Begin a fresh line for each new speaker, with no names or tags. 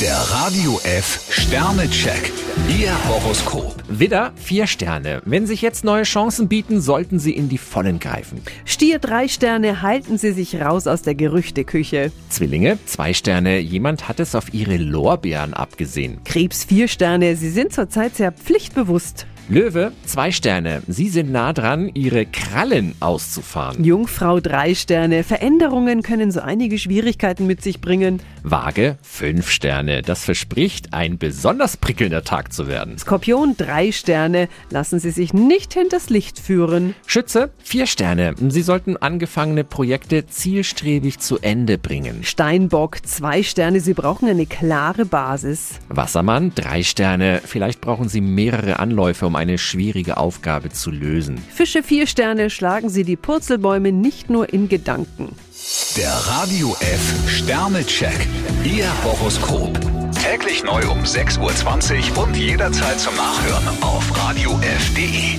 Der Radio F Sternecheck. Ihr Horoskop.
Widder, vier Sterne. Wenn sich jetzt neue Chancen bieten, sollten Sie in die vollen greifen.
Stier drei Sterne, halten Sie sich raus aus der Gerüchteküche.
Zwillinge, zwei Sterne. Jemand hat es auf Ihre Lorbeeren abgesehen.
Krebs vier Sterne, Sie sind zurzeit sehr pflichtbewusst.
Löwe, zwei Sterne. Sie sind nah dran, Ihre Krallen auszufahren.
Jungfrau drei Sterne, Veränderungen können so einige Schwierigkeiten mit sich bringen.
Waage, fünf Sterne. Das verspricht, ein besonders prickelnder Tag zu werden.
Skorpion drei Sterne, lassen Sie sich nicht hinters Licht führen.
Schütze, vier Sterne. Sie sollten angefangene Projekte zielstrebig zu Ende bringen.
Steinbock zwei Sterne, Sie brauchen eine klare Basis.
Wassermann, drei Sterne. Vielleicht brauchen Sie mehrere Anläufe, um eine schwierige Aufgabe zu lösen.
Fische vier Sterne, schlagen Sie die Purzelbäume nicht nur in Gedanken.
Der Radio F Sternecheck. Ihr Horoskop. Täglich neu um 6.20 Uhr und jederzeit zum Nachhören auf Radio radiof.de.